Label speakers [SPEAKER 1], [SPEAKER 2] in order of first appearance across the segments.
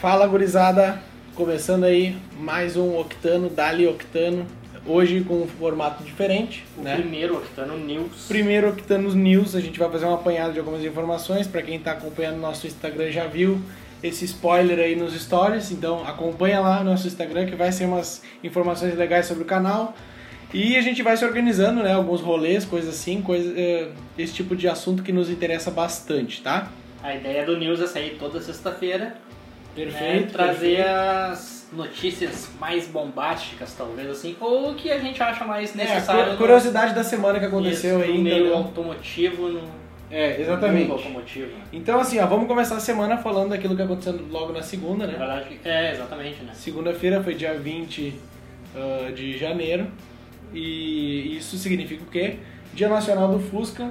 [SPEAKER 1] Fala gurizada, começando aí mais um Octano, Dali Octano, hoje com um formato diferente,
[SPEAKER 2] O
[SPEAKER 1] né?
[SPEAKER 2] primeiro, Octano News.
[SPEAKER 1] Primeiro Octanos News, a gente vai fazer um apanhado de algumas informações, para quem tá acompanhando nosso Instagram já viu esse spoiler aí nos stories, então acompanha lá no nosso Instagram que vai ser umas informações legais sobre o canal. E a gente vai se organizando, né? Alguns rolês, coisas assim, coisa, eh, esse tipo de assunto que nos interessa bastante, tá?
[SPEAKER 2] A ideia do News é sair toda sexta-feira. né,
[SPEAKER 1] perfeito.
[SPEAKER 2] trazer as notícias mais bombásticas, talvez assim, ou o que a gente acha mais
[SPEAKER 1] É, a
[SPEAKER 2] necessário.
[SPEAKER 1] cu- curiosidade da semana que
[SPEAKER 2] no,
[SPEAKER 1] aconteceu
[SPEAKER 2] isso,
[SPEAKER 1] aí,
[SPEAKER 2] no meio
[SPEAKER 1] entendeu?
[SPEAKER 2] automotivo, no
[SPEAKER 1] É,
[SPEAKER 2] mundo
[SPEAKER 1] exatamente.
[SPEAKER 2] automotivo. né?
[SPEAKER 1] Então assim, ó, vamos começar a semana falando daquilo que aconteceu logo na segunda,
[SPEAKER 2] Na
[SPEAKER 1] né?
[SPEAKER 2] verdade, é, exatamente, né?
[SPEAKER 1] Segunda-feira foi dia 20 ah, de janeiro e isso significa o quê? Dia Nacional do Fusca.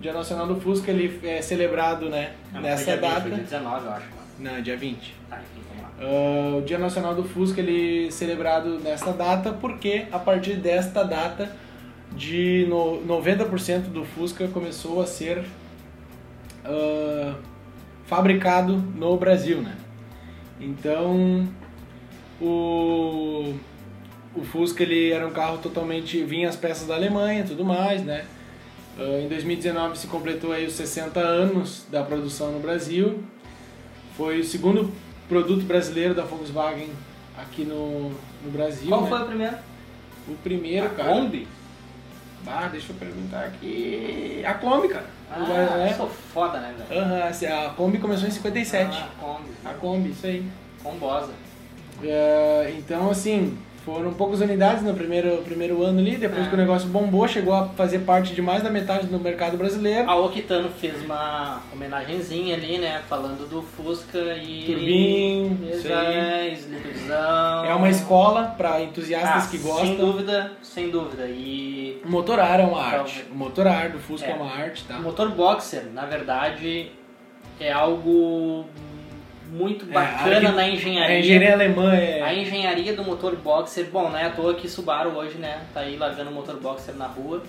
[SPEAKER 1] Dia Nacional do Fusca ele é celebrado, né,
[SPEAKER 2] Não,
[SPEAKER 1] nessa
[SPEAKER 2] foi Ah, é dia né? 20,
[SPEAKER 1] data.
[SPEAKER 2] Foi dia 19, eu acho. mano.
[SPEAKER 1] Não, é dia 20.
[SPEAKER 2] Tá, enfim, vamos lá.
[SPEAKER 1] Ah, o Dia Nacional do Fusca ele é celebrado nesta data porque a partir desta data de no, 90% do Fusca começou a ser ah, fabricado no Brasil, né? Então o o Fusca ele era um carro totalmente vinha as peças da Alemanha, e tudo mais, né? Ah, em 2019 se completou aí os 60 anos da produção no Brasil foi o segundo produto brasileiro da Volkswagen aqui no, no Brasil.
[SPEAKER 2] Qual
[SPEAKER 1] né?
[SPEAKER 2] foi o primeiro?
[SPEAKER 1] O primeiro,
[SPEAKER 2] A
[SPEAKER 1] cara.
[SPEAKER 2] Kombi?
[SPEAKER 1] Ah, deixa eu perguntar aqui. A Kombi, cara.
[SPEAKER 2] Ah,
[SPEAKER 1] Agora,
[SPEAKER 2] eu
[SPEAKER 1] né?
[SPEAKER 2] sou foda, né, velho?
[SPEAKER 1] Aham, assim, a Kombi começou em 57.
[SPEAKER 2] Ah, Kombi.
[SPEAKER 1] A Kombi, isso aí.
[SPEAKER 2] Combosa.
[SPEAKER 1] É, então, assim, foram poucas unidades no primeiro, primeiro ano ali. Depois
[SPEAKER 2] Ah.
[SPEAKER 1] que o negócio bombou, chegou a fazer parte de mais da metade do mercado brasileiro.
[SPEAKER 2] A Oquitano fez uma homenagenzinha ali, né? Falando do Fusca e.
[SPEAKER 1] Turbin, isso aí.
[SPEAKER 2] Exais, Liquidizão.
[SPEAKER 1] É uma escola para
[SPEAKER 2] Ah,
[SPEAKER 1] entusiastas que
[SPEAKER 2] Sem
[SPEAKER 1] gostam.
[SPEAKER 2] dúvida, sem dúvida. E.
[SPEAKER 1] O motorar é uma
[SPEAKER 2] Então,
[SPEAKER 1] arte. O motorar do Fusca é,
[SPEAKER 2] é.
[SPEAKER 1] uma arte, tá?
[SPEAKER 2] O motor boxer, na verdade, é algo muito
[SPEAKER 1] É,
[SPEAKER 2] bacana
[SPEAKER 1] arqui-
[SPEAKER 2] na
[SPEAKER 1] A
[SPEAKER 2] engenharia.
[SPEAKER 1] engenharia alemã é.
[SPEAKER 2] A engenharia do motor boxer, bom, não é à toa que Subaru hoje, né? Tá aí largando o motor boxer na rua.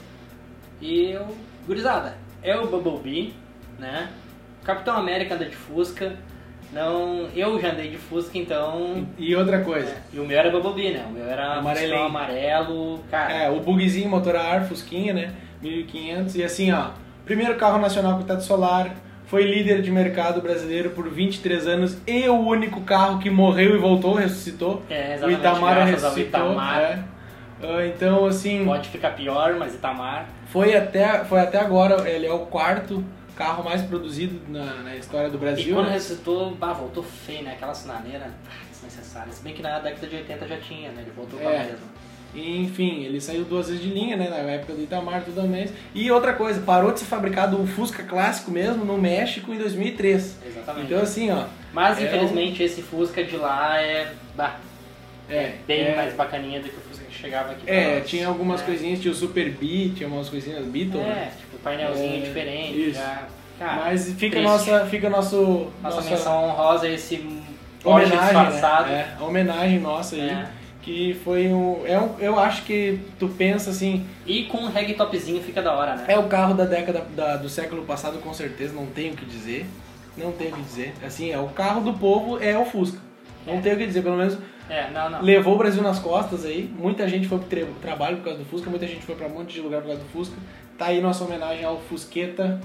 [SPEAKER 2] E eu. Gurizada, é o Bumblebee, né? Capitão América anda de Fusca. Não. Eu já andei de Fusca, então.
[SPEAKER 1] E outra coisa,
[SPEAKER 2] né? E o meu era Bumblebee, né? O meu era
[SPEAKER 1] Amarelinho.
[SPEAKER 2] Fuscão amarelo. Cara,
[SPEAKER 1] é, o bugzinho motor a ar, Fusquinha, né? 1500 e assim, ó. Primeiro carro nacional com teto solar, foi líder de mercado brasileiro por 23 anos e o único carro que morreu e voltou, ressuscitou.
[SPEAKER 2] é
[SPEAKER 1] o
[SPEAKER 2] exatamente
[SPEAKER 1] Itamar
[SPEAKER 2] graças ao
[SPEAKER 1] ressuscitou.
[SPEAKER 2] Itamar.
[SPEAKER 1] é. Ah, Então, assim,
[SPEAKER 2] Pode ficar pior, mas tá Itamar.
[SPEAKER 1] foi até, foi até agora, ele é o quarto carro mais produzido na, na história do
[SPEAKER 2] e
[SPEAKER 1] Brasil.
[SPEAKER 2] quando
[SPEAKER 1] né?
[SPEAKER 2] ressuscitou, bah, voltou feio, né? Aquela sinaleira ah, desnecessária. Se bem que na década de 80 já tinha, né? Ele voltou pra
[SPEAKER 1] É.
[SPEAKER 2] mesma.
[SPEAKER 1] E, enfim, ele saiu duas vezes de linha, né? Na época do Itamar, tudo mais. E outra coisa, parou de ser fabricado o Fusca clássico mesmo no México em 2003.
[SPEAKER 2] Exatamente.
[SPEAKER 1] Então, assim, ó.
[SPEAKER 2] Mas
[SPEAKER 1] É
[SPEAKER 2] infelizmente esse Fusca de lá é bah,
[SPEAKER 1] É,
[SPEAKER 2] bem
[SPEAKER 1] é,
[SPEAKER 2] mais bacaninha do que o Fusca que chegava aqui. pra
[SPEAKER 1] é,
[SPEAKER 2] nós,
[SPEAKER 1] tinha algumas
[SPEAKER 2] né?
[SPEAKER 1] coisinhas, tinha o Super B, tinha umas coisinhas Beatle, né?
[SPEAKER 2] É, tipo, painelzinho
[SPEAKER 1] É,
[SPEAKER 2] diferente.
[SPEAKER 1] isso.
[SPEAKER 2] já- cara,
[SPEAKER 1] Mas fica
[SPEAKER 2] triste.
[SPEAKER 1] nossa, fica nosso,
[SPEAKER 2] nossa, menção honrosa é esse Porsche
[SPEAKER 1] homenagem,
[SPEAKER 2] disfarçado.
[SPEAKER 1] né? É, a homenagem nossa aí,
[SPEAKER 2] né?
[SPEAKER 1] que foi um, é um, eu acho que tu pensa assim,
[SPEAKER 2] E com um ragtopzinho fica da hora, né?
[SPEAKER 1] É o carro da década da- do século passado, com certeza, não tenho o que dizer. Não tenho o que dizer. Assim, é o carro do povo é o Fusca. Não tenho o que dizer, pelo menos
[SPEAKER 2] É, não, não.
[SPEAKER 1] levou o Brasil nas costas aí. Muita gente foi pro tre- trabalho por causa do Fusca, muita gente foi pra um monte de lugar por causa do Fusca. Tá aí nossa homenagem ao Fusqueta.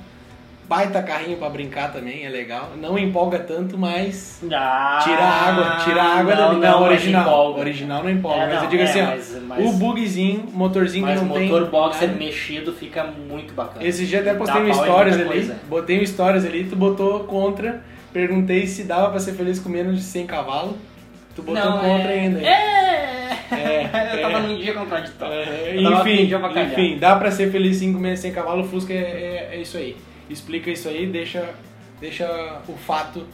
[SPEAKER 1] Baita carrinho pra brincar também, é legal. Não empolga tanto, mas
[SPEAKER 2] Ah,
[SPEAKER 1] tira a água, tira a água
[SPEAKER 2] não,
[SPEAKER 1] dali.
[SPEAKER 2] não, mas
[SPEAKER 1] original.
[SPEAKER 2] empolga.
[SPEAKER 1] Original não empolga,
[SPEAKER 2] É,
[SPEAKER 1] mas eu
[SPEAKER 2] não,
[SPEAKER 1] digo
[SPEAKER 2] é,
[SPEAKER 1] assim, ó,
[SPEAKER 2] mas- mas-
[SPEAKER 1] o bugzinho, motorzinho
[SPEAKER 2] Mas
[SPEAKER 1] que
[SPEAKER 2] o
[SPEAKER 1] não tem.
[SPEAKER 2] motor boxer
[SPEAKER 1] nada.
[SPEAKER 2] mexido fica muito bacana.
[SPEAKER 1] Esse dia até postei
[SPEAKER 2] Dá
[SPEAKER 1] um
[SPEAKER 2] pau em
[SPEAKER 1] stories ali,
[SPEAKER 2] muita coisa.
[SPEAKER 1] botei um stories ali, tu botou contra, perguntei se dava pra ser feliz com menos de 100 cavalos, tu botou
[SPEAKER 2] Não,
[SPEAKER 1] contra
[SPEAKER 2] é...
[SPEAKER 1] ainda.
[SPEAKER 2] É!
[SPEAKER 1] É,
[SPEAKER 2] eu tava
[SPEAKER 1] é.
[SPEAKER 2] num dia contraditório.
[SPEAKER 1] É,
[SPEAKER 2] Eu tava num
[SPEAKER 1] enfim,
[SPEAKER 2] dia avacalhado.
[SPEAKER 1] enfim, dá pra ser feliz sim com menos de 100 cavalos, o Fusca é, é- é isso aí. Explica isso aí, deixa, deixa o fato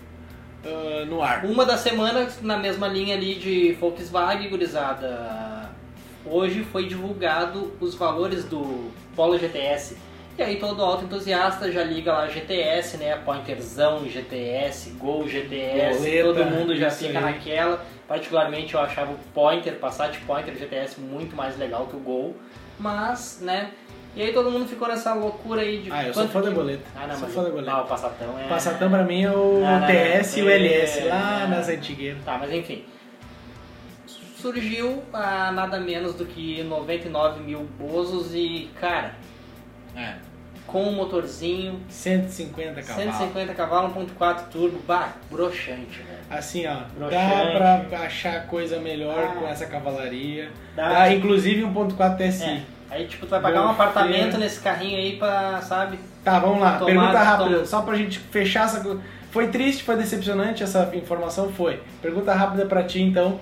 [SPEAKER 1] ah, no ar.
[SPEAKER 2] Uma da semana, na mesma linha ali de Volkswagen, gurizada. Hoje foi divulgado os valores do Polo GTS. E aí todo auto entusiasta já liga lá GTS, né? Pointerzão, GTS, Gol GTS,
[SPEAKER 1] Goleta,
[SPEAKER 2] todo mundo já
[SPEAKER 1] isso
[SPEAKER 2] fica
[SPEAKER 1] aí.
[SPEAKER 2] naquela. Particularmente eu achava o Pointer, Passat Pointer GTS muito mais legal que o Gol. Mas, né, E aí todo mundo ficou nessa loucura aí de
[SPEAKER 1] Ah, eu sou
[SPEAKER 2] quanto
[SPEAKER 1] fã da
[SPEAKER 2] que-
[SPEAKER 1] boleta.
[SPEAKER 2] Ah, não,
[SPEAKER 1] Sou
[SPEAKER 2] mas
[SPEAKER 1] fã da boleta.
[SPEAKER 2] Ah, o Passatão é...
[SPEAKER 1] Passatão pra mim é o
[SPEAKER 2] Não, não,
[SPEAKER 1] TS e o
[SPEAKER 2] é-
[SPEAKER 1] LS, lá
[SPEAKER 2] é-
[SPEAKER 1] nas antigueiras.
[SPEAKER 2] Tá, mas enfim. Surgiu a nada menos do que 99 mil bozos e, cara,
[SPEAKER 1] É.
[SPEAKER 2] com um motorzinho,
[SPEAKER 1] 150 cavalos.
[SPEAKER 2] 150 cavalos, 1.4 turbo, bah, broxante, velho.
[SPEAKER 1] Assim, ó,
[SPEAKER 2] Broxante.
[SPEAKER 1] dá pra achar coisa melhor
[SPEAKER 2] Ah.
[SPEAKER 1] com essa cavalaria.
[SPEAKER 2] Dá.
[SPEAKER 1] Dá, inclusive 1.4 TSI.
[SPEAKER 2] É. Aí, tipo, tu vai pagar um
[SPEAKER 1] Broxante.
[SPEAKER 2] apartamento nesse carrinho aí pra, sabe?
[SPEAKER 1] Tá, vamos lá.
[SPEAKER 2] Tomada,
[SPEAKER 1] Pergunta rápida,
[SPEAKER 2] toma.
[SPEAKER 1] só pra gente fechar essa. co- Foi triste, foi decepcionante essa informação? Foi. Pergunta rápida pra ti então.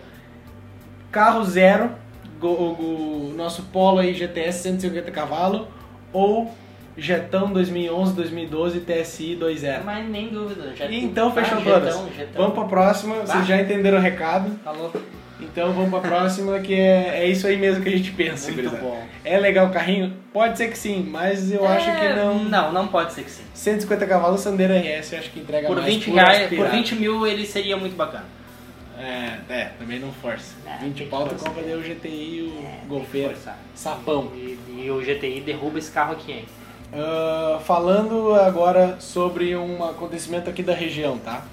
[SPEAKER 1] Carro zero, go- o, o nosso Polo aí GTS 150 cavalo ou Jetão 2011, 2012 TSI 2.0.
[SPEAKER 2] Mas nem dúvida. Já
[SPEAKER 1] É. Então fechou
[SPEAKER 2] ah,
[SPEAKER 1] todas.
[SPEAKER 2] Jetão, jetão.
[SPEAKER 1] Vamos pra próxima,
[SPEAKER 2] Bah.
[SPEAKER 1] vocês já entenderam o recado.
[SPEAKER 2] Falou.
[SPEAKER 1] Então vamos pra próxima, que é, é isso aí mesmo que a gente pensa,
[SPEAKER 2] Muito
[SPEAKER 1] gurizada.
[SPEAKER 2] bom.
[SPEAKER 1] É legal o carrinho? Pode ser que sim, mas eu acho que
[SPEAKER 2] É,
[SPEAKER 1] não.
[SPEAKER 2] Não, não pode ser que sim.
[SPEAKER 1] 150 cavalos, Sandero RS, eu acho que entrega
[SPEAKER 2] Por
[SPEAKER 1] mais
[SPEAKER 2] 20,
[SPEAKER 1] por
[SPEAKER 2] reais, por
[SPEAKER 1] aspirado.
[SPEAKER 2] 20 mil ele seria muito bacana.
[SPEAKER 1] É, é, também não força.
[SPEAKER 2] É,
[SPEAKER 1] 20
[SPEAKER 2] tem
[SPEAKER 1] pau
[SPEAKER 2] que
[SPEAKER 1] tu
[SPEAKER 2] forçar.
[SPEAKER 1] compra daí o GTI e o golfeiro.
[SPEAKER 2] Forçar.
[SPEAKER 1] Sapão.
[SPEAKER 2] E, e o GTI derruba esse carro aqui, hein?
[SPEAKER 1] Ah, falando agora sobre um acontecimento aqui da região, tá?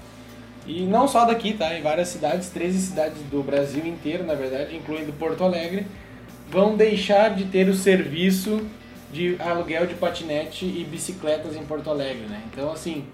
[SPEAKER 1] E não só daqui, tá? Em várias cidades, 13 cidades do Brasil inteiro, na verdade, incluindo Porto Alegre, vão deixar de ter o serviço de aluguel de patinete e bicicletas em Porto Alegre, né? Então, assim...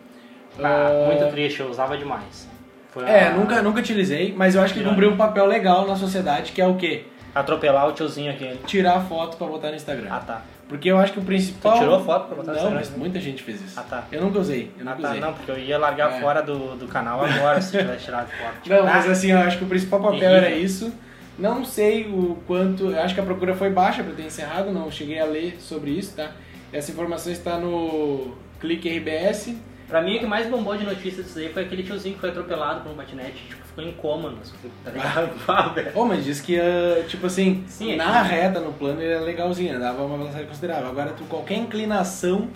[SPEAKER 2] Tá,
[SPEAKER 1] ah,
[SPEAKER 2] muito triste, eu usava demais. Foi
[SPEAKER 1] É,
[SPEAKER 2] a-
[SPEAKER 1] nunca, nunca utilizei, mas eu acho que
[SPEAKER 2] Melhor.
[SPEAKER 1] cumpriu um papel legal na sociedade, que é o quê?
[SPEAKER 2] Atropelar o tiozinho aquele.
[SPEAKER 1] Tirar foto pra botar no Instagram.
[SPEAKER 2] Ah tá.
[SPEAKER 1] Porque eu acho que o principal.
[SPEAKER 2] Tu tirou foto pra botar no
[SPEAKER 1] Não,
[SPEAKER 2] Instagram?
[SPEAKER 1] mas muita gente fez isso.
[SPEAKER 2] Ah, tá.
[SPEAKER 1] Eu nunca usei. Eu
[SPEAKER 2] Ah,
[SPEAKER 1] nunca
[SPEAKER 2] tá.
[SPEAKER 1] usei.
[SPEAKER 2] Não, porque eu ia largar
[SPEAKER 1] É.
[SPEAKER 2] fora do, do canal agora se tivesse tirado foto. Tipo,
[SPEAKER 1] Não, mas
[SPEAKER 2] ah,
[SPEAKER 1] assim, eu acho que o principal papel
[SPEAKER 2] Terrível.
[SPEAKER 1] era isso. Não sei o quanto. Eu acho que a procura foi baixa pra ter encerrado, não cheguei a ler sobre isso, tá? Essa informação está no Clique RBS.
[SPEAKER 2] Pra mim o que mais bombou de notícias disso aí foi aquele tiozinho que foi atropelado por um patinete, tipo, ficou em coma no hospital, tá ligado? Ah, velho.
[SPEAKER 1] Oh, mas diz que, ah, tipo assim,
[SPEAKER 2] Sim, é
[SPEAKER 1] na
[SPEAKER 2] que-
[SPEAKER 1] reta, no plano, ele era legalzinho, né? dava uma velocidade considerável. Agora, tu, qualquer inclinação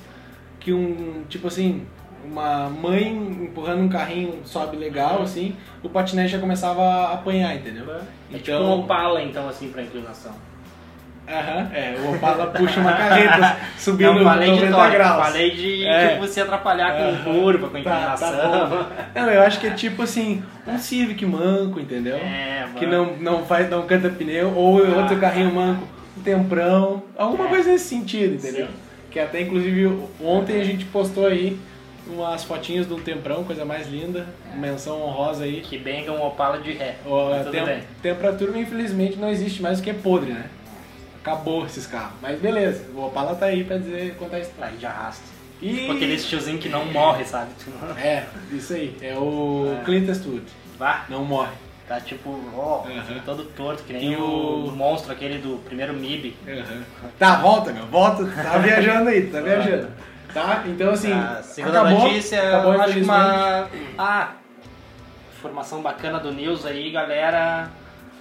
[SPEAKER 1] que um, tipo assim, uma mãe empurrando um carrinho sobe legal, assim, o patinete já começava a apanhar, entendeu?
[SPEAKER 2] É tipo
[SPEAKER 1] Então-
[SPEAKER 2] um Opala, então, assim, pra inclinação.
[SPEAKER 1] Aham, é, o Opala puxa uma carreta subindo
[SPEAKER 2] Não, falei de
[SPEAKER 1] 90
[SPEAKER 2] torque,
[SPEAKER 1] graus.
[SPEAKER 2] falei de,
[SPEAKER 1] É.
[SPEAKER 2] tipo, se atrapalhar com curva, com
[SPEAKER 1] Tá,
[SPEAKER 2] inclinação.
[SPEAKER 1] tá bom. Não, eu acho que é tipo assim, um Civic manco, entendeu?
[SPEAKER 2] É, mano.
[SPEAKER 1] que não, não faz, não canta pneu, ou
[SPEAKER 2] Ah.
[SPEAKER 1] outro carrinho manco, um temprão, alguma
[SPEAKER 2] É.
[SPEAKER 1] coisa nesse sentido, entendeu?
[SPEAKER 2] Sim.
[SPEAKER 1] Que até inclusive ontem a gente postou aí umas fotinhas do temprão, coisa mais linda, menção honrosa aí.
[SPEAKER 2] Que benga um Opala de ré.
[SPEAKER 1] Ó,
[SPEAKER 2] É. Mas tudo
[SPEAKER 1] tem,
[SPEAKER 2] bem.
[SPEAKER 1] temperatura infelizmente não existe mais o que é podre, né? Acabou esses carros. Mas beleza, o Opala tá aí pra dizer contar a história.
[SPEAKER 2] Aí de arrasto.
[SPEAKER 1] E...
[SPEAKER 2] Tipo aquele tiozinho que não morre, sabe? Tu não-
[SPEAKER 1] É, isso aí. É o Clint Eastwood.
[SPEAKER 2] Vá,
[SPEAKER 1] Não morre.
[SPEAKER 2] tá tipo, ó,
[SPEAKER 1] Aham.
[SPEAKER 2] todo torto, que nem
[SPEAKER 1] E
[SPEAKER 2] o...
[SPEAKER 1] o-
[SPEAKER 2] monstro aquele do primeiro MIB.
[SPEAKER 1] Tá, volta, meu. Volta. Tá viajando aí, tá viajando. Tá? Então, assim,
[SPEAKER 2] a Ah, segunda
[SPEAKER 1] acabou,
[SPEAKER 2] notícia,
[SPEAKER 1] acabou,
[SPEAKER 2] eu acho que
[SPEAKER 1] infelizmente.
[SPEAKER 2] uma... Ah, informação bacana do News aí, galera.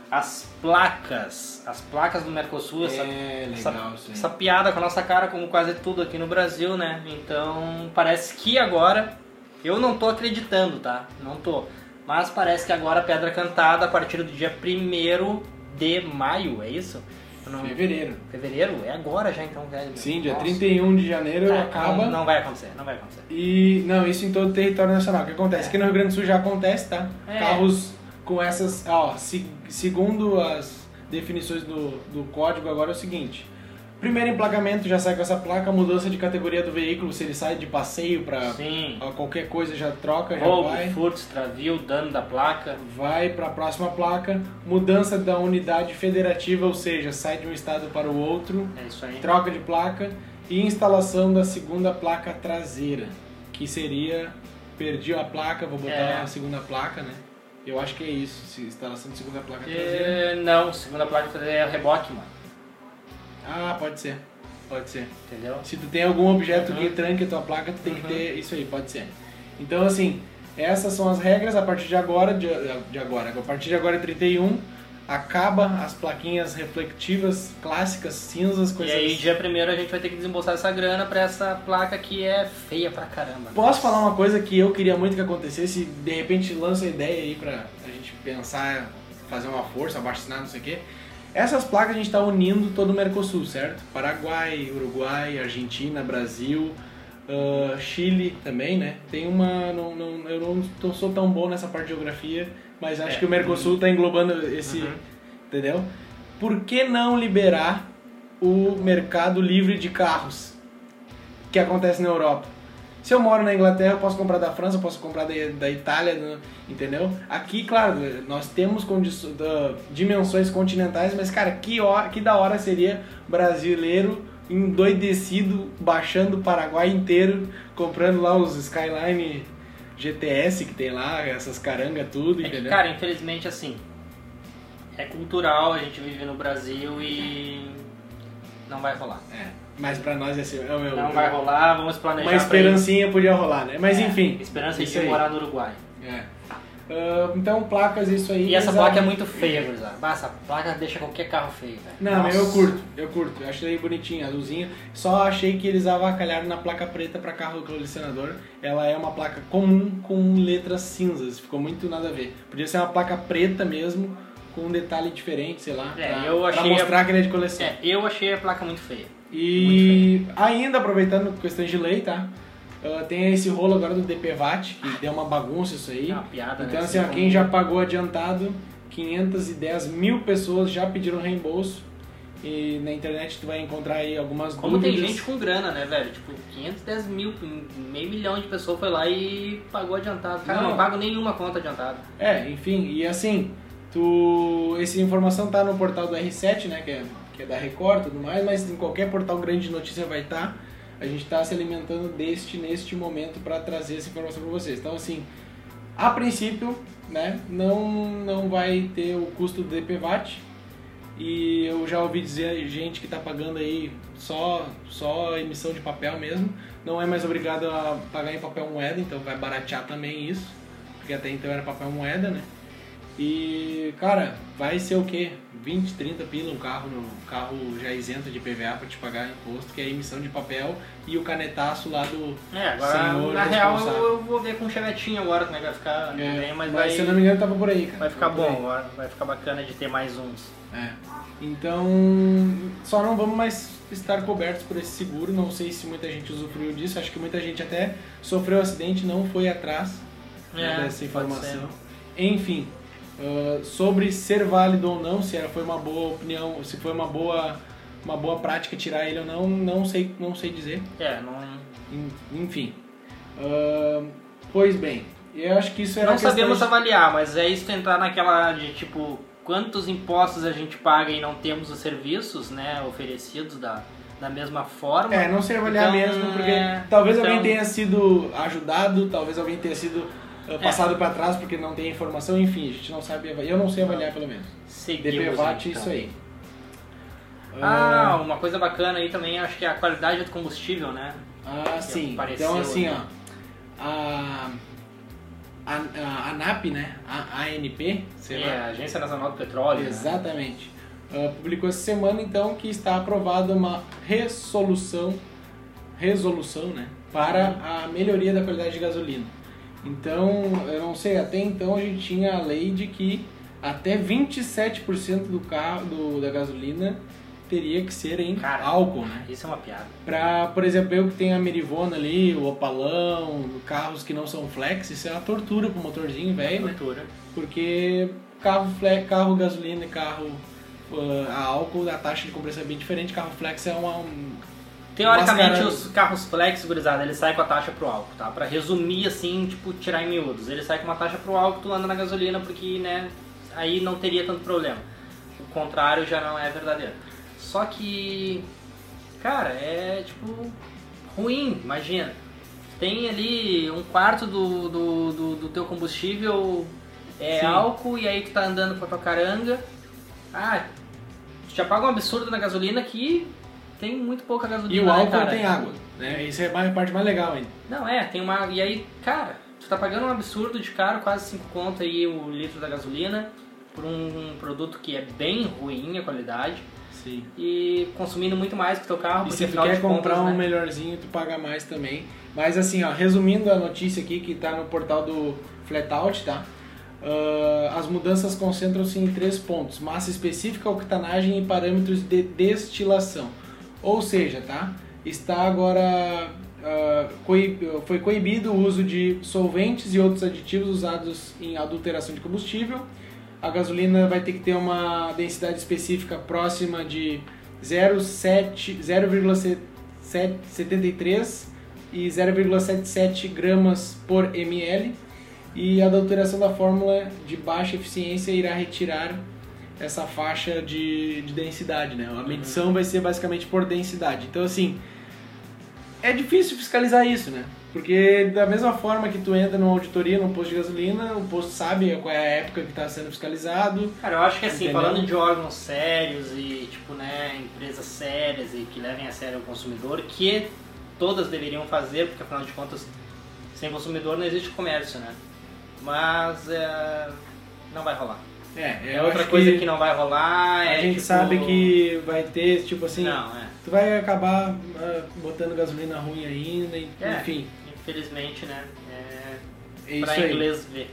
[SPEAKER 2] As placas, as placas do Mercosul, essa
[SPEAKER 1] É,
[SPEAKER 2] essa,
[SPEAKER 1] legal, isso aí.
[SPEAKER 2] essa piada com a nossa cara, como quase tudo aqui no Brasil, né? Então, parece que agora. Eu não tô acreditando, tá? Não tô. Mas parece que agora a Pedra Cantada, a partir do dia 1 de maio, é isso? Eu não-
[SPEAKER 1] Fevereiro.
[SPEAKER 2] Fevereiro? É agora já então, velho.
[SPEAKER 1] Sim, dia
[SPEAKER 2] Nossa.
[SPEAKER 1] 31 de janeiro
[SPEAKER 2] É,
[SPEAKER 1] acaba.
[SPEAKER 2] Não, não vai acontecer, não vai acontecer.
[SPEAKER 1] E não, isso em todo o território nacional. O que acontece? Aqui no Rio Grande do Sul já acontece, tá?
[SPEAKER 2] É.
[SPEAKER 1] Carros com essas. Ó, se- segundo as definições do, do código, agora é o seguinte: primeiro emplacamento já sai com essa placa, mudança de categoria do veículo, se ele sai de passeio pra
[SPEAKER 2] Sim.
[SPEAKER 1] ó, qualquer coisa, já troca, É. já
[SPEAKER 2] Roubo,
[SPEAKER 1] vai.
[SPEAKER 2] furto, extravio, dano da placa.
[SPEAKER 1] Vai pra próxima placa, mudança da unidade federativa, ou seja, sai de um estado para o outro
[SPEAKER 2] É isso aí.
[SPEAKER 1] troca de placa e instalação da segunda placa traseira, que seria perdi a placa, vou botar
[SPEAKER 2] É.
[SPEAKER 1] a segunda placa, né? Eu acho que é isso, se- instalação de segunda placa traseira.
[SPEAKER 2] É, não, segunda placa é reboque, mano.
[SPEAKER 1] Ah, pode ser. Pode ser.
[SPEAKER 2] Entendeu?
[SPEAKER 1] Se tu tem algum objeto
[SPEAKER 2] Uhum.
[SPEAKER 1] que tranque a tua placa, tu tem que
[SPEAKER 2] Uhum.
[SPEAKER 1] ter isso aí, pode ser. Então, assim, essas são as regras. A partir de agora, de, de agora, a partir de agora é 31, acaba as plaquinhas reflectivas clássicas, cinzas,
[SPEAKER 2] E
[SPEAKER 1] coisas assim.
[SPEAKER 2] aí, dia primeiro a gente vai ter que desembolsar essa grana pra essa placa que é feia pra caramba.
[SPEAKER 1] Posso falar um uma coisa que eu queria muito que acontecesse, de repente lança a ideia aí pra a gente pensar, fazer uma força, abaixar, não sei o quê. Essas placas a gente está unindo todo o Mercosul, certo? Paraguai, Uruguai, Argentina, Brasil, ah, Chile também, né? Tem uma. Não, não- eu não tô- sou tão bom nessa parte de geografia, mas acho
[SPEAKER 2] É.
[SPEAKER 1] que o Mercosul está englobando esse.
[SPEAKER 2] Uhum.
[SPEAKER 1] Entendeu? Por que não liberar o mercado livre de carros que acontece na Europa? Se eu moro na Inglaterra, eu posso comprar da França, eu posso comprar da, da Itália, né? entendeu? Aqui, claro, nós temos condiço- da- dimensões continentais, mas, cara, que, ho- que da hora seria brasileiro endoidecido, baixando o Paraguai inteiro, comprando lá os Skyline GTS que tem lá, essas carangas tudo,
[SPEAKER 2] É que,
[SPEAKER 1] entendeu?
[SPEAKER 2] cara, infelizmente, assim, é cultural, a gente vive no Brasil e não vai rolar.
[SPEAKER 1] É, mas pra nós é assim, é o meu...
[SPEAKER 2] Não vai rolar, vamos planejar
[SPEAKER 1] Uma
[SPEAKER 2] pra isso.
[SPEAKER 1] esperancinha podia rolar, né? Mas
[SPEAKER 2] É,
[SPEAKER 1] enfim.
[SPEAKER 2] Esperança
[SPEAKER 1] isso
[SPEAKER 2] de
[SPEAKER 1] aí.
[SPEAKER 2] morar no Uruguai.
[SPEAKER 1] É. Ah, então, placas, isso aí.
[SPEAKER 2] E essa
[SPEAKER 1] exato.
[SPEAKER 2] placa é muito feia, gurizada. Bah, Essa placa deixa qualquer carro feio, velho.
[SPEAKER 1] Não, mas
[SPEAKER 2] Nossa.
[SPEAKER 1] eu curto, eu curto. Eu achei bonitinha, azulzinha. Só achei que eles avacalharam na placa preta pra carro colecionador. Ela é uma placa comum com letras cinzas. Ficou muito nada a ver. Podia ser uma placa preta mesmo, com um detalhe diferente, sei lá.
[SPEAKER 2] É,
[SPEAKER 1] pra,
[SPEAKER 2] eu
[SPEAKER 1] pra
[SPEAKER 2] achei a-
[SPEAKER 1] mostrar que ele é de coleção.
[SPEAKER 2] É, eu achei a placa muito feia.
[SPEAKER 1] E ainda aproveitando questões de lei, tá? Ah, tem esse rolo agora do DPVAT, que deu uma bagunça isso aí.
[SPEAKER 2] É uma piada, né?
[SPEAKER 1] Então, assim, ó, quem já pagou adiantado, 510 mil pessoas já pediram reembolso. E na internet tu vai encontrar aí algumas
[SPEAKER 2] Como tem
[SPEAKER 1] dúvidas.
[SPEAKER 2] gente com grana, né, velho? Tipo, 510 mil, meio milhão de pessoas foi lá e pagou adiantado. Cara,
[SPEAKER 1] Não.
[SPEAKER 2] não, pago nenhuma conta adiantada.
[SPEAKER 1] É, enfim, e assim, tu. Essa informação tá no portal do R7, né? Que é, que é da Record e tudo mais, mas em qualquer portal grande de notícia vai estar. A gente tá se alimentando deste neste momento para trazer essa informação para vocês. Então, assim, a princípio, né, não, não vai ter o custo do DPVAT. E eu já ouvi dizer gente que tá pagando aí só só emissão de papel mesmo, não é mais obrigado a pagar em papel moeda, então vai baratear também isso, porque até então era papel moeda, né? E, cara, vai ser o quê? 20, 30 pila um carro, no carro já isento de PVA pra te pagar imposto, que é emissão de papel e o canetaço lá do
[SPEAKER 2] É, agora,
[SPEAKER 1] Senhor
[SPEAKER 2] na real, eu,
[SPEAKER 1] responsável.
[SPEAKER 2] eu vou ver com o Chevetinho agora como é que vai ficar. Não
[SPEAKER 1] É,
[SPEAKER 2] tem, mas
[SPEAKER 1] mas
[SPEAKER 2] vai,
[SPEAKER 1] se eu não me engano, tava por aí, cara.
[SPEAKER 2] vai ficar
[SPEAKER 1] Tava por
[SPEAKER 2] bom
[SPEAKER 1] aí.
[SPEAKER 2] agora. Vai ficar bacana de ter mais uns.
[SPEAKER 1] É. Então, só não vamos mais estar cobertos por esse seguro. Não sei se muita gente usufruiu disso. Acho que muita gente até sofreu acidente, não foi atrás né,
[SPEAKER 2] É,
[SPEAKER 1] dessa
[SPEAKER 2] pode
[SPEAKER 1] informação. Enfim, ah, sobre ser válido ou não, se era, foi uma boa opinião, se foi uma boa, uma boa prática tirar ele ou não, não sei, não sei dizer.
[SPEAKER 2] É, não,
[SPEAKER 1] En- Enfim. Ah, pois bem, eu acho que isso era
[SPEAKER 2] não
[SPEAKER 1] questão
[SPEAKER 2] sabemos
[SPEAKER 1] de-
[SPEAKER 2] avaliar, mas é isso entrar naquela de tipo quantos impostos a gente paga e não temos os serviços né, oferecidos da, da mesma forma.
[SPEAKER 1] É, não sei avaliar
[SPEAKER 2] Então,
[SPEAKER 1] mesmo, porque
[SPEAKER 2] é,
[SPEAKER 1] talvez
[SPEAKER 2] então-
[SPEAKER 1] alguém tenha sido ajudado, talvez alguém tenha sido uh,
[SPEAKER 2] É.
[SPEAKER 1] passado pra trás porque não tem informação, enfim, a gente não sabe avaliar. Eu não sei avaliar, pelo menos.
[SPEAKER 2] Seguimos,
[SPEAKER 1] DPVAT,
[SPEAKER 2] então.
[SPEAKER 1] isso aí.
[SPEAKER 2] Ah, uma coisa bacana aí também, acho que é a qualidade do combustível, né?
[SPEAKER 1] Ah, sim.
[SPEAKER 2] apareceu
[SPEAKER 1] Então, assim,
[SPEAKER 2] ali.
[SPEAKER 1] ó. A, a, a ANAP, né? A ANP, sei
[SPEAKER 2] é,
[SPEAKER 1] lá.
[SPEAKER 2] a Agência Nacional do Petróleo. né?
[SPEAKER 1] Exatamente. Ah, publicou essa semana, então, que está aprovada uma resolução, resolução, né, para a melhoria da qualidade de gasolina. Então, eu não sei, até então a gente tinha a lei de que até 27% do carro, do- da gasolina teria que ser em
[SPEAKER 2] Cara.
[SPEAKER 1] álcool, né?
[SPEAKER 2] Isso é uma piada.
[SPEAKER 1] Pra, por exemplo, eu que tenho a Merivona ali, o Opalão, carros que não são flex, isso é uma tortura pro motorzinho velho, né?
[SPEAKER 2] Cultura.
[SPEAKER 1] Porque carro, fle- carro gasolina e carro ah, a álcool, a taxa de compressão é bem diferente. Carro flex é uma. um-
[SPEAKER 2] Teoricamente,
[SPEAKER 1] Mascarando.
[SPEAKER 2] os carros flex, gurizada, eles saem com a taxa pro álcool, tá? Pra resumir, assim, tipo, tirar em miúdos. Ele sai com uma taxa pro álcool, tu anda na gasolina, porque, né, aí não teria tanto problema. O contrário já não é verdadeiro. Só que, cara, é, tipo, ruim, imagina. Tem ali um quarto do, do, do, do teu combustível é
[SPEAKER 1] Sim.
[SPEAKER 2] álcool, e aí tu tá andando com a tua caranga. Ah, tu já paga um absurdo na gasolina que tem muito pouca gasolina.
[SPEAKER 1] E o
[SPEAKER 2] né,
[SPEAKER 1] álcool
[SPEAKER 2] cara?
[SPEAKER 1] tem água. Né? Isso é mais- a parte mais legal ainda.
[SPEAKER 2] Não, é, tem uma. E aí, cara, tu tá pagando um absurdo de caro, quase 5 conto aí o litro da gasolina, por um, produto que é bem ruim a qualidade
[SPEAKER 1] Sim.
[SPEAKER 2] e consumindo muito mais que o teu carro,
[SPEAKER 1] E
[SPEAKER 2] porque
[SPEAKER 1] se tu
[SPEAKER 2] afinal
[SPEAKER 1] quer
[SPEAKER 2] de contas,
[SPEAKER 1] comprar um
[SPEAKER 2] né?
[SPEAKER 1] melhorzinho, tu paga mais também. Mas assim, ó, resumindo a notícia aqui que tá no portal do Flatout, tá? Ah, as mudanças concentram-se em três pontos: massa específica, octanagem e parâmetros de destilação. Ou seja, tá? Está agora ah, coi- foi coibido o uso de solventes e outros aditivos usados em adulteração de combustível. A gasolina vai ter que ter uma densidade específica próxima de 0,7 0,73 e 0,77 gramas por ml. E a adulteração da fórmula de baixa eficiência irá retirar essa faixa de, de densidade, né? A
[SPEAKER 2] Uhum.
[SPEAKER 1] medição vai ser basicamente por densidade. Então, assim, é difícil fiscalizar isso, né? Porque da mesma forma que tu entra numa auditoria, num posto de gasolina, o posto sabe qual é a época que está sendo fiscalizado,
[SPEAKER 2] Cara, eu acho que assim,
[SPEAKER 1] Entendeu?
[SPEAKER 2] falando de órgãos sérios e, tipo, né, empresas sérias e que levem a sério o consumidor, que todas deveriam fazer, porque afinal de contas, sem consumidor não existe comércio, né? Mas é, não vai rolar.
[SPEAKER 1] É,
[SPEAKER 2] É
[SPEAKER 1] eu
[SPEAKER 2] outra
[SPEAKER 1] acho
[SPEAKER 2] coisa que,
[SPEAKER 1] que,
[SPEAKER 2] não vai rolar.
[SPEAKER 1] a
[SPEAKER 2] é,
[SPEAKER 1] gente
[SPEAKER 2] tipo,
[SPEAKER 1] sabe que vai ter, tipo assim,
[SPEAKER 2] Não, é.
[SPEAKER 1] tu vai acabar ah, botando gasolina ruim ainda, e-
[SPEAKER 2] É.
[SPEAKER 1] enfim.
[SPEAKER 2] Infelizmente, né? É,
[SPEAKER 1] É isso
[SPEAKER 2] pra
[SPEAKER 1] aí.
[SPEAKER 2] inglês ver.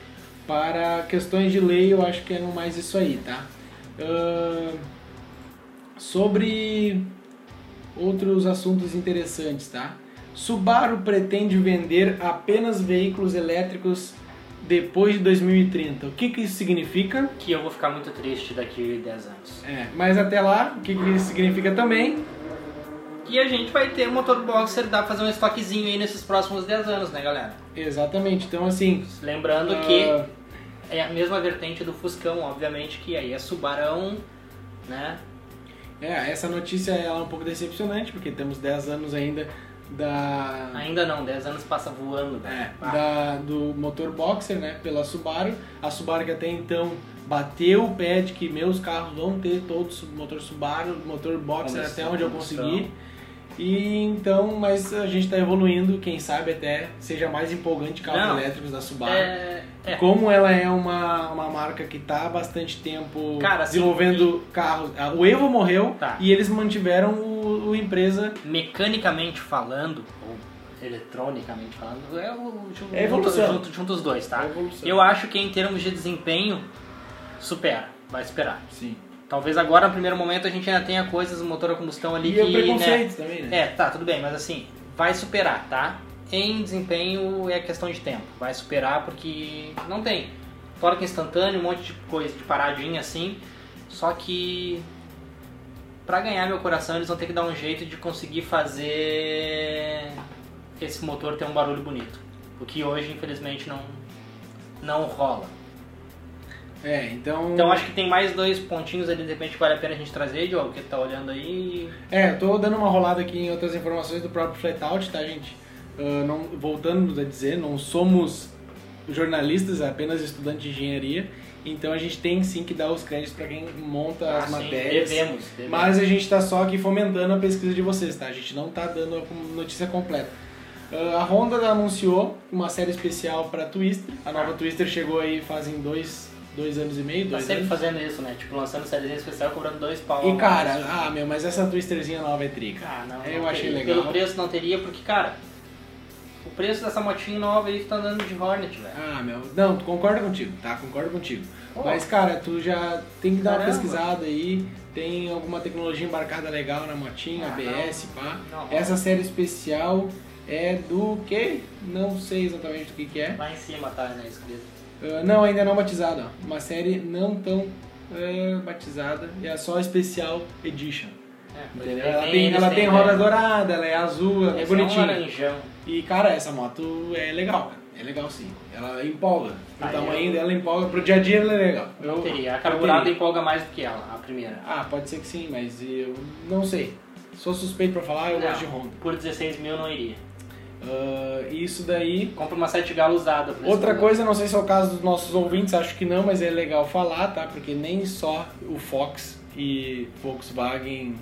[SPEAKER 1] Para questões de lei, eu acho que é no mais isso aí, tá? Ah, sobre outros assuntos interessantes, tá? Subaru pretende vender apenas veículos elétricos depois de 2030. O que, que isso significa?
[SPEAKER 2] Que eu vou ficar muito triste daqui 10 anos.
[SPEAKER 1] É, mas até lá, o que, que isso significa também?
[SPEAKER 2] E a gente vai ter motor boxer, dá pra fazer um estoquezinho aí nesses próximos 10 anos, né, galera?
[SPEAKER 1] Exatamente. Então, assim,
[SPEAKER 2] Lembrando que
[SPEAKER 1] ah,
[SPEAKER 2] É a mesma vertente do Fuscão, obviamente, que aí é Subarão, né?
[SPEAKER 1] é, essa notícia ela é um pouco decepcionante, porque temos 10 anos ainda da,
[SPEAKER 2] Ainda não, 10 anos passa voando,
[SPEAKER 1] é,
[SPEAKER 2] velho. Ah,
[SPEAKER 1] da- do motor boxer, né, pela Subaru. A Subaru que até então bateu o pé de que meus carros vão ter todos motor Subaru, motor boxer
[SPEAKER 2] Começou
[SPEAKER 1] até onde eu
[SPEAKER 2] a produção.
[SPEAKER 1] conseguir. E então, mas a gente está evoluindo, quem sabe até seja mais empolgante carros
[SPEAKER 2] Não.
[SPEAKER 1] elétricos da Subaru.
[SPEAKER 2] É, é.
[SPEAKER 1] Como ela é uma, uma marca que está há bastante tempo
[SPEAKER 2] Cara, assim,
[SPEAKER 1] desenvolvendo carros. Ah, O Evo morreu
[SPEAKER 2] Tá.
[SPEAKER 1] e eles mantiveram o, o empresa.
[SPEAKER 2] Mecanicamente falando, ou eletronicamente falando, é o junto,
[SPEAKER 1] É evolução.
[SPEAKER 2] junto, junto os dois, tá?
[SPEAKER 1] É evolução.
[SPEAKER 2] Eu acho que em termos de desempenho, supera, vai esperar.
[SPEAKER 1] Sim.
[SPEAKER 2] Talvez agora, no primeiro momento, a gente ainda tenha coisas, motor a combustão ali
[SPEAKER 1] E é
[SPEAKER 2] que.
[SPEAKER 1] o
[SPEAKER 2] né,
[SPEAKER 1] preconceito também, né?
[SPEAKER 2] É, tá, tudo bem, mas assim, vai superar, tá? Em desempenho é questão de tempo. Vai superar porque não tem. Torque instantâneo, um monte de coisa de paradinha assim. Só que pra ganhar meu coração eles vão ter que dar um jeito de conseguir fazer esse motor ter um barulho bonito. O que hoje, infelizmente, não, não rola.
[SPEAKER 1] É, então.
[SPEAKER 2] Então acho que tem mais dois pontinhos ali, de repente, que vale a pena a gente trazer, Diogo, que tá olhando aí.
[SPEAKER 1] É, eu tô dando uma rolada aqui em outras informações do próprio Flatout, tá, gente? Ah, não, voltando a dizer, não somos jornalistas, apenas estudantes de engenharia. Então a gente tem sim que dar os créditos para quem monta as
[SPEAKER 2] Assim,
[SPEAKER 1] matérias.
[SPEAKER 2] devemos, devemos.
[SPEAKER 1] Mas a gente está só aqui fomentando a pesquisa de vocês, tá? A gente não está dando a notícia completa. Ah, a Honda anunciou uma série especial para Twister. A nova Twister chegou aí fazem dois, dois anos e meio,
[SPEAKER 2] Tá
[SPEAKER 1] dois
[SPEAKER 2] sempre
[SPEAKER 1] anos.
[SPEAKER 2] fazendo isso, né? Tipo, lançando sériezinha especial cobrando dois pau.
[SPEAKER 1] E cara, ah meu, mas essa Twisterzinha nova é trica.
[SPEAKER 2] Ah, não,
[SPEAKER 1] eu
[SPEAKER 2] não
[SPEAKER 1] achei
[SPEAKER 2] teria.
[SPEAKER 1] legal.
[SPEAKER 2] Pelo preço não teria, porque, cara, o preço dessa motinha nova aí tu tá andando de Hornet, velho.
[SPEAKER 1] Ah, meu, não, concordo contigo, tá? Concordo contigo.
[SPEAKER 2] Pô.
[SPEAKER 1] Mas cara, tu já tem que dar uma
[SPEAKER 2] Oh. Caramba.
[SPEAKER 1] pesquisada aí. Tem alguma tecnologia embarcada legal na motinha,
[SPEAKER 2] Ah,
[SPEAKER 1] ABS, pá.
[SPEAKER 2] Não,
[SPEAKER 1] Essa série especial é do que? Não sei exatamente do que, que é.
[SPEAKER 2] Lá em cima tá, né, escrito.
[SPEAKER 1] Ah, não, ainda não batizada. ó. Uma série não tão ah, batizada. E é só Special Edition.
[SPEAKER 2] É, pois
[SPEAKER 1] Entendeu?
[SPEAKER 2] é,
[SPEAKER 1] Ela tem,
[SPEAKER 2] eles
[SPEAKER 1] ela
[SPEAKER 2] têm,
[SPEAKER 1] tem
[SPEAKER 2] né?
[SPEAKER 1] roda dourada, ela é azul, ela é
[SPEAKER 2] Esse um
[SPEAKER 1] bonitinha.
[SPEAKER 2] laranjão.
[SPEAKER 1] E cara, essa moto é legal, cara. É legal sim. Ela empolga. Pro
[SPEAKER 2] Ah,
[SPEAKER 1] tamanho
[SPEAKER 2] eu-
[SPEAKER 1] dela empolga. Pro dia a dia ela é legal.
[SPEAKER 2] Não teria. A
[SPEAKER 1] eu
[SPEAKER 2] carburada
[SPEAKER 1] teria.
[SPEAKER 2] empolga mais do que ela, a primeira.
[SPEAKER 1] Ah, pode ser que sim, mas eu não sei. Sou suspeito pra falar, eu
[SPEAKER 2] Não,
[SPEAKER 1] gosto de Honda.
[SPEAKER 2] Por 16 mil não iria.
[SPEAKER 1] Ah, E isso daí
[SPEAKER 2] Compra uma sete galo usada. por esse
[SPEAKER 1] Outra
[SPEAKER 2] valor.
[SPEAKER 1] coisa, não sei se é o caso dos nossos ouvintes, acho que não, mas é legal falar, tá? Porque nem só o Fox e Volkswagen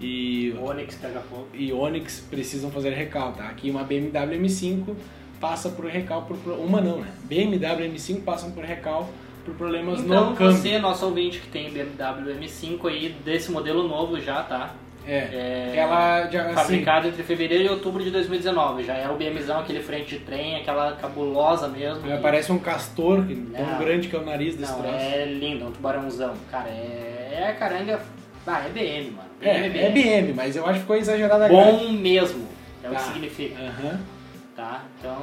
[SPEAKER 1] e,
[SPEAKER 2] O Onix pega fogo.
[SPEAKER 1] e Onix precisam fazer recal, tá? Aqui uma BMW M5 passa por recal, por, pro- uma não, né? BMW M5 passam por recal por problemas
[SPEAKER 2] Então
[SPEAKER 1] no câmbio.
[SPEAKER 2] você, nosso ouvinte que tem BMW M5 aí, desse modelo novo já, tá?
[SPEAKER 1] É. Ela já, assim,
[SPEAKER 2] Fabricado entre fevereiro e outubro de 2019. Já era o BMzão, aquele frente de trem, aquela cabulosa mesmo.
[SPEAKER 1] ela
[SPEAKER 2] que-
[SPEAKER 1] parece um castor, que tão
[SPEAKER 2] Não.
[SPEAKER 1] grande que é o nariz desse
[SPEAKER 2] Não,
[SPEAKER 1] troço.
[SPEAKER 2] é lindo, é um tubarãozão. Cara, é, é caranga... Ah, é BM, mano.
[SPEAKER 1] É,
[SPEAKER 2] BM.
[SPEAKER 1] é BM, mas eu acho que ficou exagerada a grade.
[SPEAKER 2] Bom mesmo, é o
[SPEAKER 1] Tá.
[SPEAKER 2] que significa,
[SPEAKER 1] Aham.
[SPEAKER 2] tá? Então,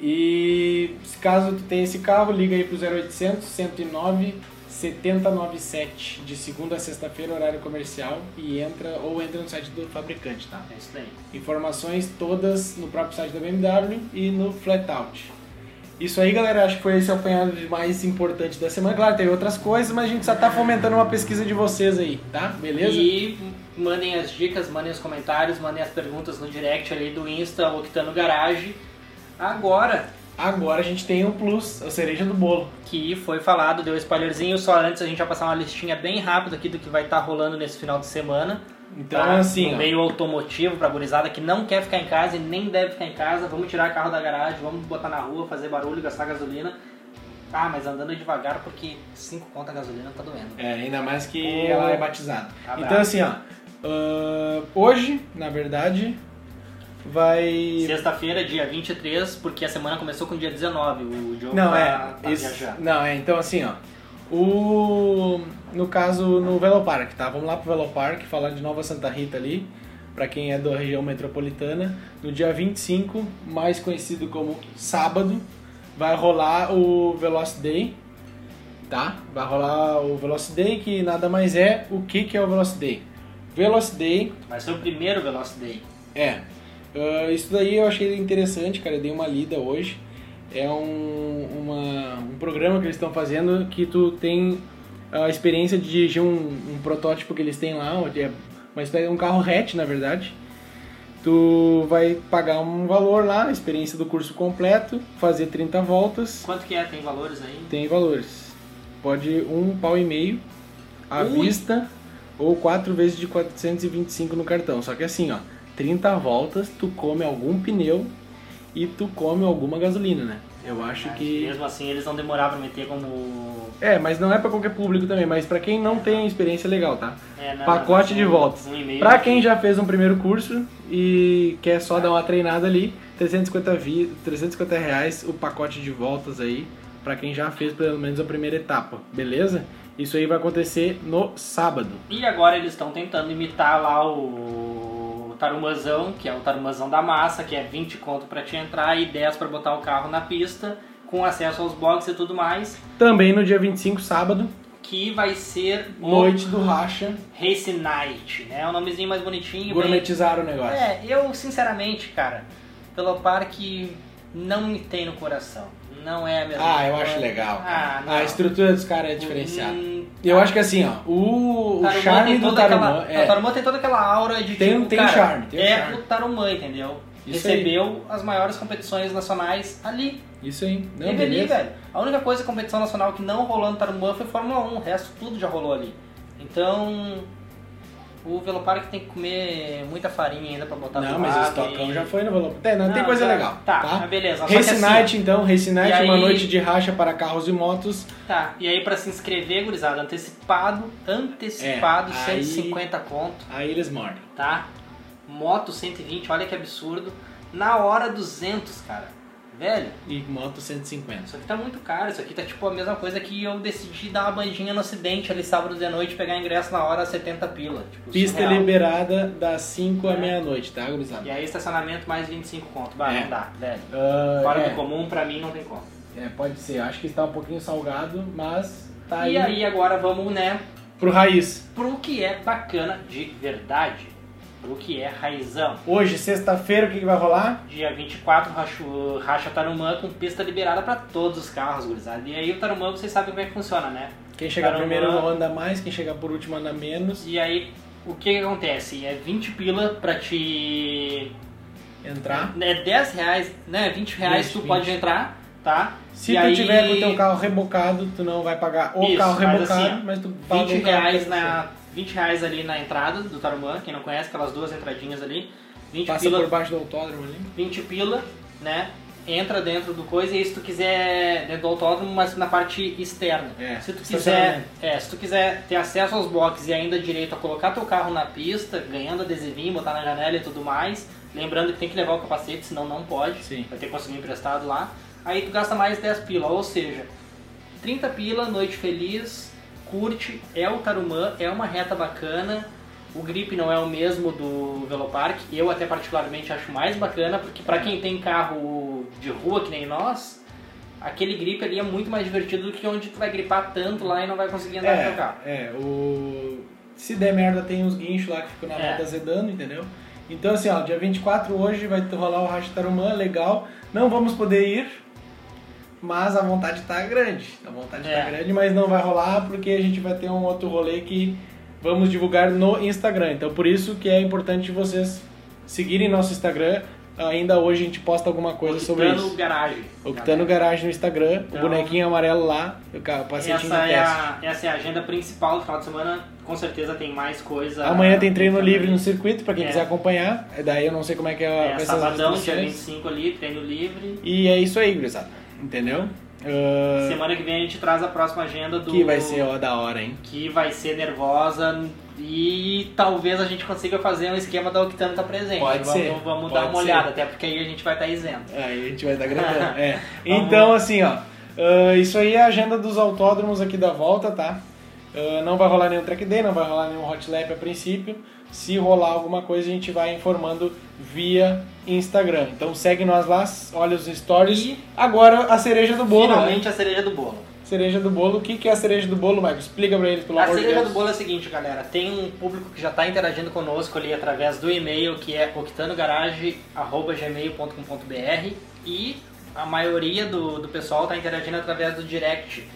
[SPEAKER 1] E se caso tu tenha esse carro, liga aí pro 0800 109 7097 de segunda a sexta-feira, horário comercial, e entra ou entra no site do fabricante, tá?
[SPEAKER 2] é isso daí.
[SPEAKER 1] Informações todas no próprio site da BMW e no Flatout. Isso aí, galera, acho que foi esse apanhado de mais importante da semana. Claro, tem outras coisas, mas a gente só tá fomentando uma pesquisa de vocês aí, tá? Beleza?
[SPEAKER 2] E mandem as dicas, mandem os comentários, mandem as perguntas no direct ali do Insta Octano Garage. Agora
[SPEAKER 1] Agora a gente tem o plus, a cereja do bolo.
[SPEAKER 2] que foi falado, deu spoilerzinho, só antes a gente vai passar uma listinha bem rápida aqui do que vai estar rolando nesse final de semana.
[SPEAKER 1] Então,
[SPEAKER 2] tá?
[SPEAKER 1] assim,
[SPEAKER 2] No
[SPEAKER 1] ó,
[SPEAKER 2] meio automotivo pra gurizada que não quer ficar em casa e nem deve ficar em casa, vamos tirar carro da garagem, vamos botar na rua, fazer barulho, gastar gasolina. Ah, mas andando devagar porque 5 conta a gasolina tá doendo.
[SPEAKER 1] É, ainda mais que
[SPEAKER 2] Pô.
[SPEAKER 1] ela é batizada.
[SPEAKER 2] Abraço.
[SPEAKER 1] Então assim, ó. ah, hoje, na verdade, vai.
[SPEAKER 2] Sexta-feira, dia 23, porque a semana começou com dia 19. O Diogo
[SPEAKER 1] Não,
[SPEAKER 2] tá,
[SPEAKER 1] é.
[SPEAKER 2] tá
[SPEAKER 1] isso-
[SPEAKER 2] viajando.
[SPEAKER 1] Não, é, então assim, ó. O. No caso, no Velopark, tá? Vamos lá pro Velopark, falar de Nova Santa Rita ali. Pra quem é da região metropolitana, no dia 25, mais conhecido como sábado, vai rolar o Veloc Day, tá? Vai rolar o Veloc Day, que nada mais é o que, que é o Veloc Day. Veloc Day
[SPEAKER 2] Vai ser o primeiro Veloci Day.
[SPEAKER 1] é. Ah, isso daí eu achei interessante, cara. Eu dei uma lida hoje. É um, uma- um programa que eles estão fazendo que tu tem a experiência de dirigir um, um protótipo que eles têm lá, onde é uma espécie um carro hatch, na verdade. Tu vai pagar um valor lá, a experiência do curso completo, fazer 30 voltas,
[SPEAKER 2] Quanto que é? Tem valores aí?
[SPEAKER 1] tem valores. Pode um pau e meio à
[SPEAKER 2] Ui.
[SPEAKER 1] vista ou quatro vezes de 425 no cartão. Só que assim, ó, 30 voltas, tu come algum pneu e tu come alguma gasolina, né? Eu acho
[SPEAKER 2] Mas
[SPEAKER 1] que
[SPEAKER 2] Mesmo assim, eles vão demorar pra meter como...
[SPEAKER 1] é, mas não é pra qualquer público também, mas pra quem não tem experiência é legal, tá?
[SPEAKER 2] É, não,
[SPEAKER 1] Pacote
[SPEAKER 2] não,
[SPEAKER 1] de
[SPEAKER 2] um-
[SPEAKER 1] voltas.
[SPEAKER 2] Um e-mail.
[SPEAKER 1] Pra quem já fez um primeiro curso e quer só dar uma treinada ali, 350, vi, 350 reais o pacote de voltas aí, pra quem já fez pelo menos a primeira etapa, beleza? Isso aí vai acontecer no sábado.
[SPEAKER 2] E agora eles estão tentando imitar lá o Tarumazão, que é o Tarumazão da massa, que é 20 conto pra te entrar e 10 pra botar o carro na pista, com acesso aos boxes e tudo mais,
[SPEAKER 1] Também no dia 25, sábado,
[SPEAKER 2] que vai ser o
[SPEAKER 1] noite do racha,
[SPEAKER 2] Race Night, né? É um nomezinho mais bonitinho, bem
[SPEAKER 1] gourmetizar o negócio.
[SPEAKER 2] É, eu sinceramente, cara, pelo parque não me tem no coração. Não é a mesma
[SPEAKER 1] Ah, eu
[SPEAKER 2] coisa.
[SPEAKER 1] acho legal.
[SPEAKER 2] Ah, não.
[SPEAKER 1] A estrutura dos caras é diferenciada.
[SPEAKER 2] Hum,
[SPEAKER 1] Eu acho que assim, ó, o, o
[SPEAKER 2] Tarumã
[SPEAKER 1] charme
[SPEAKER 2] tem
[SPEAKER 1] do
[SPEAKER 2] toda
[SPEAKER 1] Tarumã
[SPEAKER 2] aquela- O
[SPEAKER 1] é...
[SPEAKER 2] Tarumã tem toda aquela aura de
[SPEAKER 1] Tem- um-
[SPEAKER 2] tipo,
[SPEAKER 1] tem
[SPEAKER 2] cara,
[SPEAKER 1] charme, tem
[SPEAKER 2] é
[SPEAKER 1] charme.
[SPEAKER 2] o Tarumã, entendeu?
[SPEAKER 1] Isso aí.
[SPEAKER 2] Recebeu as maiores competições nacionais ali.
[SPEAKER 1] Isso aí. Não,
[SPEAKER 2] Teve ali,
[SPEAKER 1] beleza.
[SPEAKER 2] velho. A única coisa, competição nacional que não rolou no Tarumã foi Fórmula 1. O resto tudo já rolou ali. Então... O Veloparque tem que comer muita farinha ainda pra botar
[SPEAKER 1] Não,
[SPEAKER 2] do
[SPEAKER 1] mas
[SPEAKER 2] lado
[SPEAKER 1] esse tocão
[SPEAKER 2] e-
[SPEAKER 1] já foi no Velopark. Tem, não, tem
[SPEAKER 2] Ah, Não,
[SPEAKER 1] coisa
[SPEAKER 2] tá.
[SPEAKER 1] legal.
[SPEAKER 2] Tá, mas beleza. Só que
[SPEAKER 1] Race
[SPEAKER 2] assim,
[SPEAKER 1] Night, então, Race Night,
[SPEAKER 2] E
[SPEAKER 1] uma
[SPEAKER 2] aí-
[SPEAKER 1] noite de racha para carros e motos.
[SPEAKER 2] Tá, e aí pra se inscrever, gurizada, antecipado, antecipado,
[SPEAKER 1] É, aí-
[SPEAKER 2] 150 conto,
[SPEAKER 1] Aí eles mordem.
[SPEAKER 2] tá? Moto 120, olha que absurdo. Na hora 200, cara. Velho,
[SPEAKER 1] E moto 150.
[SPEAKER 2] isso aqui tá muito caro, isso aqui tá tipo a mesma coisa que eu decidi dar uma bandinha no ocidente ali sábado de noite, pegar ingresso na hora 70 pila. Tipo,
[SPEAKER 1] Pista
[SPEAKER 2] surreal.
[SPEAKER 1] liberada das 5 à
[SPEAKER 2] É.
[SPEAKER 1] meia-noite, tá, gurizada?
[SPEAKER 2] E aí estacionamento mais 25 conto. Bah,
[SPEAKER 1] É.
[SPEAKER 2] não dá, velho.
[SPEAKER 1] Ah,
[SPEAKER 2] Fora do
[SPEAKER 1] é,
[SPEAKER 2] comum, pra mim não tem como.
[SPEAKER 1] é, pode ser. Acho que está um pouquinho salgado, mas tá aí,
[SPEAKER 2] E aí agora vamos, né,
[SPEAKER 1] pro raiz.
[SPEAKER 2] pro que é bacana de verdade, pro que é raizão.
[SPEAKER 1] Hoje, sexta-feira, o que, que vai rolar?
[SPEAKER 2] Dia 24, racho- racha Tarumã com pista liberada pra todos os carros, gurizada. E aí o Tarumã, vocês sabem como é que funciona, né?
[SPEAKER 1] Quem chegar
[SPEAKER 2] Caramba.
[SPEAKER 1] primeiro anda mais, quem chegar por último anda menos.
[SPEAKER 2] E aí, o que, que acontece? É 20 pila pra te...
[SPEAKER 1] Entrar.
[SPEAKER 2] É 10 reais, né? 20 reais
[SPEAKER 1] 10,
[SPEAKER 2] tu
[SPEAKER 1] 20.
[SPEAKER 2] pode entrar, tá?
[SPEAKER 1] Se
[SPEAKER 2] E
[SPEAKER 1] tu
[SPEAKER 2] aí-
[SPEAKER 1] tiver com o teu carro rebocado, tu não vai pagar o
[SPEAKER 2] Isso,
[SPEAKER 1] carro
[SPEAKER 2] mas
[SPEAKER 1] rebocado,
[SPEAKER 2] assim, ó,
[SPEAKER 1] mas tu paga
[SPEAKER 2] 20
[SPEAKER 1] o carro
[SPEAKER 2] reais,
[SPEAKER 1] que você-
[SPEAKER 2] na, 20 reais ali na entrada do Tarumã, quem não conhece, aquelas duas entradinhas ali. 20
[SPEAKER 1] Passa
[SPEAKER 2] pila
[SPEAKER 1] por baixo do autódromo ali.
[SPEAKER 2] 20 pila, né? entra dentro do coisa e aí se tu quiser dentro do autódromo, mas na parte externa.
[SPEAKER 1] É,
[SPEAKER 2] se tu quiser,
[SPEAKER 1] estacionamento.
[SPEAKER 2] é, se tu quiser ter acesso aos boxes e ainda direito a colocar teu carro na pista, ganhando adesivinho, botar na janela e tudo mais, lembrando que tem que levar o capacete, senão não pode.
[SPEAKER 1] Sim.
[SPEAKER 2] Vai ter que conseguir emprestado lá. Aí tu gasta mais 10 pila, ou seja, 30 pila, noite feliz, curte, é o Tarumã, é uma reta bacana. O grip não é o mesmo do Velopark, eu até particularmente acho mais bacana, porque para quem tem carro de rua que nem nós, aquele grip ali é muito mais divertido do que onde tu vai gripar tanto lá e não vai conseguir andar no teu carro.
[SPEAKER 1] É, o... se der merda tem uns guinchos lá que ficam na
[SPEAKER 2] É.
[SPEAKER 1] reta zedando, entendeu? Então assim, ó, dia 24 hoje vai rolar o Racha Tarumã, legal. Não vamos poder ir, mas a vontade tá grande. A vontade
[SPEAKER 2] É.
[SPEAKER 1] tá grande, mas não vai rolar porque a gente vai ter um outro rolê que vamos divulgar no Instagram. Então por isso que é importante vocês seguirem nosso Instagram. Ainda hoje a gente posta alguma coisa sobre
[SPEAKER 2] Octano
[SPEAKER 1] isso.
[SPEAKER 2] Garage.
[SPEAKER 1] Octano
[SPEAKER 2] né?
[SPEAKER 1] Garage no Instagram,
[SPEAKER 2] Então-
[SPEAKER 1] o bonequinho amarelo lá, o ca- pacetinho
[SPEAKER 2] essa
[SPEAKER 1] do
[SPEAKER 2] é,
[SPEAKER 1] teste.
[SPEAKER 2] a, essa é a agenda principal do final de semana, com certeza tem mais coisa.
[SPEAKER 1] Amanhã tem treino
[SPEAKER 2] Também.
[SPEAKER 1] livre no circuito, pra quem
[SPEAKER 2] É.
[SPEAKER 1] quiser acompanhar. É Daí eu não sei como é que é,
[SPEAKER 2] É,
[SPEAKER 1] essas
[SPEAKER 2] sabadão, dia
[SPEAKER 1] restrições.
[SPEAKER 2] 25 ali, treino livre.
[SPEAKER 1] E é isso aí, gurizada. Entendeu? Ah,
[SPEAKER 2] Semana que vem a gente traz a próxima agenda do.
[SPEAKER 1] que vai ser ó, da hora, hein?
[SPEAKER 2] que vai ser nervosa e talvez a gente consiga fazer um esquema da Octano tá presente.
[SPEAKER 1] Pode
[SPEAKER 2] vamos
[SPEAKER 1] ser,
[SPEAKER 2] vamos
[SPEAKER 1] pode
[SPEAKER 2] dar uma
[SPEAKER 1] ser.
[SPEAKER 2] olhada, até porque aí a gente vai estar isento.
[SPEAKER 1] Aí a gente vai estar gravando. é. Então, assim, ó. ah, isso aí é a agenda dos autódromos aqui da volta, tá? Ah, não vai rolar nenhum track day, não vai rolar nenhum hot lap a princípio. Se rolar alguma coisa, a gente vai informando via Instagram. Então segue nós lá, olha os stories.
[SPEAKER 2] E-
[SPEAKER 1] Agora a cereja do bolo. né?
[SPEAKER 2] Finalmente a cereja do bolo.
[SPEAKER 1] Cereja do bolo. O que, que é a cereja do bolo, Marcos? Explica pra eles, pelo
[SPEAKER 2] a
[SPEAKER 1] amor de
[SPEAKER 2] cereja
[SPEAKER 1] Deus.
[SPEAKER 2] do bolo é o seguinte, galera. Tem um público que já está interagindo conosco ali através do e-mail, que é octanogarage.gmail.com.br e a maioria do, do pessoal está interagindo através do direct.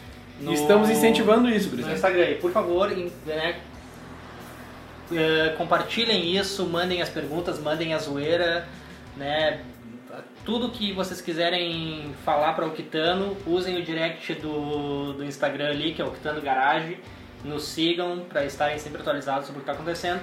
[SPEAKER 2] no-
[SPEAKER 1] Estamos incentivando isso,
[SPEAKER 2] no
[SPEAKER 1] Grisel.
[SPEAKER 2] Instagram. E, por favor, em- né, eh, compartilhem isso, mandem as perguntas, mandem a zoeira, né? Tudo que vocês quiserem falar para o Quitano, usem o direct do, do Instagram ali, que é o Quitano Garage. Nos sigam para estarem sempre atualizados sobre o que está acontecendo.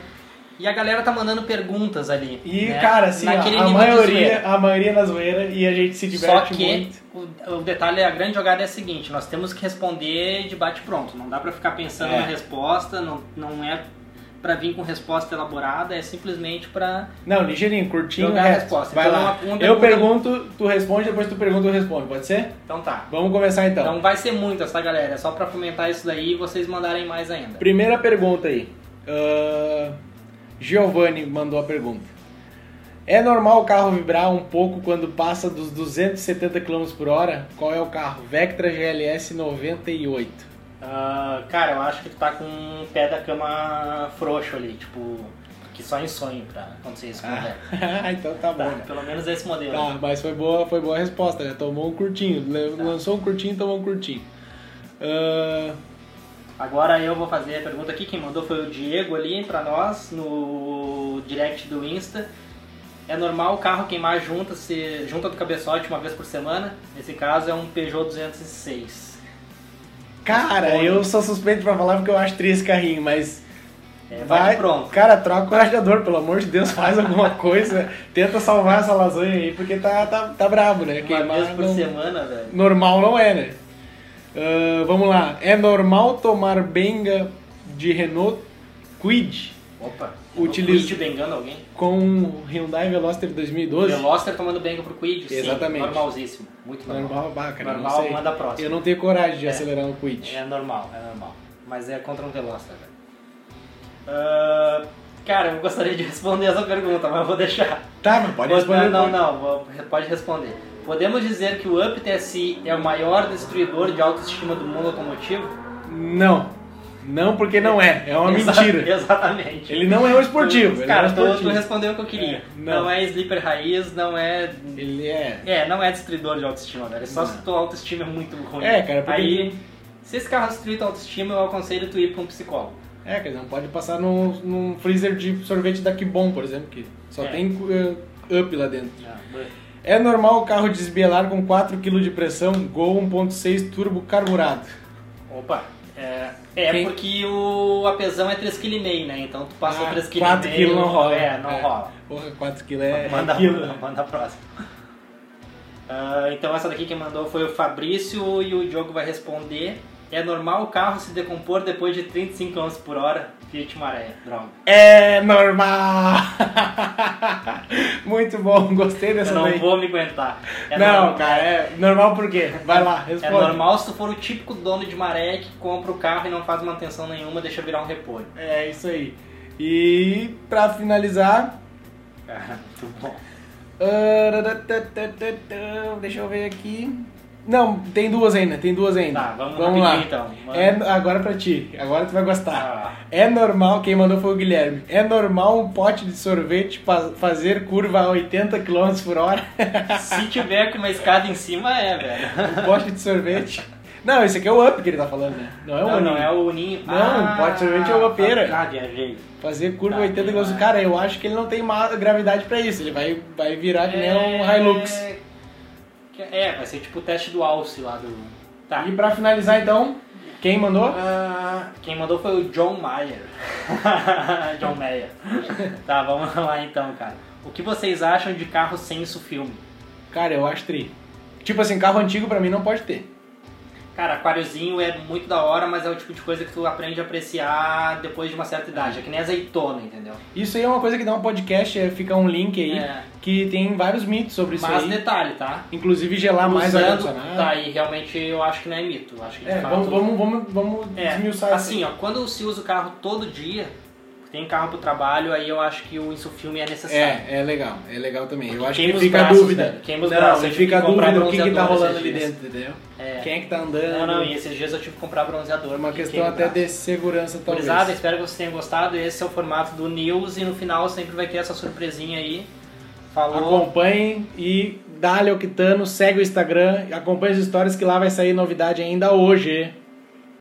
[SPEAKER 2] E a galera tá mandando perguntas ali.
[SPEAKER 1] E,
[SPEAKER 2] né,
[SPEAKER 1] cara, assim, ó,
[SPEAKER 2] naquele
[SPEAKER 1] a
[SPEAKER 2] nível de zoeira.
[SPEAKER 1] maioria, a maioria na zoeira e a gente se
[SPEAKER 2] Só
[SPEAKER 1] diverte
[SPEAKER 2] que
[SPEAKER 1] muito.
[SPEAKER 2] O, o detalhe, a grande jogada é a seguinte, nós temos que responder de bate-pronto. Não dá pra ficar pensando
[SPEAKER 1] É.
[SPEAKER 2] na resposta, não, não é pra vir com resposta elaborada, é simplesmente pra...
[SPEAKER 1] Não, ligeirinho, curtinho,
[SPEAKER 2] Jogar a
[SPEAKER 1] reto.
[SPEAKER 2] resposta.
[SPEAKER 1] Vai
[SPEAKER 2] Então,
[SPEAKER 1] lá.
[SPEAKER 2] uma- uma
[SPEAKER 1] eu
[SPEAKER 2] pergunta-
[SPEAKER 1] pergunto, tu responde, depois tu pergunta, eu respondo. Pode ser?
[SPEAKER 2] Então tá.
[SPEAKER 1] Vamos começar então.
[SPEAKER 2] Então vai ser muito essa galera, é só pra fomentar isso daí e vocês mandarem mais ainda.
[SPEAKER 1] Primeira pergunta aí. Ah, Giovanni mandou a pergunta. É normal o carro vibrar um pouco quando passa dos 270 km por hora? Qual é o carro? Vectra GLS 98.
[SPEAKER 2] Ah, cara, eu acho que tu tá com o pé da cama frouxo ali, tipo... Que só em sonho pra acontecer isso com o velho.
[SPEAKER 1] Ah, então tá bom.
[SPEAKER 2] Tá,
[SPEAKER 1] né?
[SPEAKER 2] Pelo menos esse modelo.
[SPEAKER 1] Tá, mas foi boa, foi boa a resposta, né? Tomou um curtinho, le-
[SPEAKER 2] Tá.
[SPEAKER 1] lançou um curtinho, tomou um curtinho. Ah,
[SPEAKER 2] Agora eu vou fazer a pergunta aqui, quem mandou foi o Diego ali pra nós no direct do Insta. É normal o carro queimar junta, se, junta do cabeçote uma vez por semana? Nesse caso é um Peugeot 206.
[SPEAKER 1] cara,
[SPEAKER 2] né?
[SPEAKER 1] eu sou suspeito pra falar porque eu acho triste esse carrinho, mas
[SPEAKER 2] É, vai, de pronto.
[SPEAKER 1] Cara, troca o radiador, pelo amor de Deus, faz alguma coisa. Tenta salvar essa lasanha aí, porque tá, tá, tá brabo, né?
[SPEAKER 2] Uma vez
[SPEAKER 1] Queimar
[SPEAKER 2] por
[SPEAKER 1] não-
[SPEAKER 2] semana, velho.
[SPEAKER 1] normal não é, né? Ah, vamos lá. É normal tomar benga de Renault Quid
[SPEAKER 2] Opa,
[SPEAKER 1] Utiliza-
[SPEAKER 2] Utiliza... bengando alguém.
[SPEAKER 1] com Hyundai Veloster 2012?
[SPEAKER 2] Veloster tomando benga pro Quid, sim,
[SPEAKER 1] Exatamente.
[SPEAKER 2] normalzíssimo, muito normal.
[SPEAKER 1] Normal, bacana.
[SPEAKER 2] Normal,
[SPEAKER 1] não sei.
[SPEAKER 2] manda a próxima.
[SPEAKER 1] Eu não tenho coragem de
[SPEAKER 2] É.
[SPEAKER 1] acelerar um no Quid.
[SPEAKER 2] É normal, é normal. Mas é contra um Veloster, velho. Ah, cara, eu gostaria de responder essa pergunta, mas eu vou deixar.
[SPEAKER 1] Tá, mas pode responder.
[SPEAKER 2] Não,
[SPEAKER 1] depois.
[SPEAKER 2] não, não, vou- pode responder. Podemos dizer que o Up TSI é o maior destruidor de autoestima do mundo automotivo? um-
[SPEAKER 1] Não. Não, porque não é. É uma
[SPEAKER 2] Exa-
[SPEAKER 1] mentira.
[SPEAKER 2] Exatamente.
[SPEAKER 1] Ele não é um esportivo. ele não é
[SPEAKER 2] Cara,
[SPEAKER 1] um
[SPEAKER 2] tu- tu,
[SPEAKER 1] esportivo.
[SPEAKER 2] respondeu o que eu queria.
[SPEAKER 1] É,
[SPEAKER 2] não.
[SPEAKER 1] não.
[SPEAKER 2] é sleeper raiz, não é.
[SPEAKER 1] Ele é.
[SPEAKER 2] É, não é destruidor de autoestima, velho. É só se tua autoestima é muito ruim.
[SPEAKER 1] É, cara, porque-
[SPEAKER 2] Aí, se esse carro destruir tua autoestima, eu aconselho tu ir pra um psicólogo.
[SPEAKER 1] É, quer dizer, não pode passar num, num freezer de sorvete da Kibon, por exemplo, que só
[SPEAKER 2] É.
[SPEAKER 1] tem eh, up lá dentro.
[SPEAKER 2] Ah,
[SPEAKER 1] É normal o carro desbelar com 4 kg de pressão, Gol 1.6 turbo carburado.
[SPEAKER 2] Opa! É, é
[SPEAKER 1] Quem-
[SPEAKER 2] porque o, a pesão é 3,5 kg, né? Então tu passou
[SPEAKER 1] Ah,
[SPEAKER 2] 3,5 kg.
[SPEAKER 1] quatro quilos não rola.
[SPEAKER 2] É, não
[SPEAKER 1] É.
[SPEAKER 2] rola.
[SPEAKER 1] Porra, 4 kg é, é
[SPEAKER 2] manda,
[SPEAKER 1] aquilo, né?
[SPEAKER 2] manda a próxima. Ah, então essa daqui quem mandou foi o Fabrício e o Diogo vai responder. É normal o carro se decompor depois de 35 km por hora? Fiat Maré, droga.
[SPEAKER 1] É normal! Muito bom, gostei dessa
[SPEAKER 2] Eu não
[SPEAKER 1] daí.
[SPEAKER 2] vou me aguentar. É
[SPEAKER 1] não,
[SPEAKER 2] normal.
[SPEAKER 1] cara, é normal por quê? Vai lá,
[SPEAKER 2] É
[SPEAKER 1] responde.
[SPEAKER 2] normal se tu for o típico dono de maré que compra o carro e não faz manutenção nenhuma, deixa virar um repolho.
[SPEAKER 1] É isso aí. E pra finalizar.
[SPEAKER 2] Muito bom.
[SPEAKER 1] ah, Deixa eu ver aqui. Não, tem duas ainda, tem duas ainda.
[SPEAKER 2] Tá, vamos
[SPEAKER 1] lá.
[SPEAKER 2] rapidinho, então. Manda.
[SPEAKER 1] É, agora pra ti, agora tu vai gostar.
[SPEAKER 2] Ah,
[SPEAKER 1] É normal, quem mandou foi o Guilherme. É normal um pote de sorvete pa- fazer curva a 80 km por hora?
[SPEAKER 2] se tiver com uma escada em cima, é, velho.
[SPEAKER 1] Um pote de sorvete. Não, esse aqui é o up que ele tá falando, né? Não é o
[SPEAKER 2] Não,
[SPEAKER 1] up.
[SPEAKER 2] não, é o ninho.
[SPEAKER 1] Não,
[SPEAKER 2] ah,
[SPEAKER 1] pode ser gente é uma pera.
[SPEAKER 2] Ah, viajei.
[SPEAKER 1] Fazer curva
[SPEAKER 2] Tá,
[SPEAKER 1] 80
[SPEAKER 2] tem
[SPEAKER 1] km.
[SPEAKER 2] mais.
[SPEAKER 1] Cara, eu acho que ele não tem ma- gravidade pra isso. Ele vai, vai virar que nem um Hilux.
[SPEAKER 2] É, que- É, vai ser tipo o teste do Alce lá do. Tá.
[SPEAKER 1] E pra finalizar, então, quem mandou?
[SPEAKER 2] Ah, quem mandou foi o John Mayer. John Mayer. tá, vamos lá então, cara. O que vocês acham de carro sem isso filme?
[SPEAKER 1] Cara, eu acho tri. Tipo assim, carro antigo pra mim não pode ter.
[SPEAKER 2] Cara, aquáriozinho é muito da hora, mas é o tipo de coisa que tu aprende a apreciar depois de uma certa idade. É que nem azeitona, entendeu?
[SPEAKER 1] Isso aí é uma coisa que dá um podcast, é, fica um link aí,
[SPEAKER 2] É.
[SPEAKER 1] que tem vários mitos sobre isso
[SPEAKER 2] Mas
[SPEAKER 1] aí.
[SPEAKER 2] detalhe, tá?
[SPEAKER 1] Inclusive gelar mais
[SPEAKER 2] Usando-
[SPEAKER 1] ar-condicionado.
[SPEAKER 2] Tá, e realmente eu acho que não é mito. eu Acho que de
[SPEAKER 1] né? É,
[SPEAKER 2] fato-
[SPEAKER 1] vamos, vamos, vamos, vamos
[SPEAKER 2] É,
[SPEAKER 1] desmiuçar isso
[SPEAKER 2] assim, ó, quando se usa o carro todo dia, tem carro pro trabalho, aí eu acho que o isso filme é necessário.
[SPEAKER 1] É, é legal, é legal também. Eu acho
[SPEAKER 2] Queima
[SPEAKER 1] que
[SPEAKER 2] os
[SPEAKER 1] fica
[SPEAKER 2] braços,
[SPEAKER 1] a dúvida.
[SPEAKER 2] velho, queima os
[SPEAKER 1] não,
[SPEAKER 2] braços,
[SPEAKER 1] não
[SPEAKER 2] eu tive
[SPEAKER 1] fica a
[SPEAKER 2] que comprar
[SPEAKER 1] dúvida do que, que tá
[SPEAKER 2] bronzeador
[SPEAKER 1] rolando
[SPEAKER 2] esses
[SPEAKER 1] ali
[SPEAKER 2] dias.
[SPEAKER 1] dentro, entendeu?
[SPEAKER 2] É.
[SPEAKER 1] Quem é que tá andando.
[SPEAKER 2] Não, não, e esses dias eu tive que comprar bronzeador.
[SPEAKER 1] É uma
[SPEAKER 2] porque
[SPEAKER 1] questão
[SPEAKER 2] queima o
[SPEAKER 1] até
[SPEAKER 2] braço.
[SPEAKER 1] de segurança, talvez.
[SPEAKER 2] Gurizada, espero que vocês tenham gostado. Esse é o formato do News e no final sempre vai ter essa surpresinha aí.
[SPEAKER 1] Tá
[SPEAKER 2] Falou.
[SPEAKER 1] Acompanhem e dá-lhe o Quitano, segue o Instagram, acompanhe as histórias que lá vai sair novidade ainda hoje.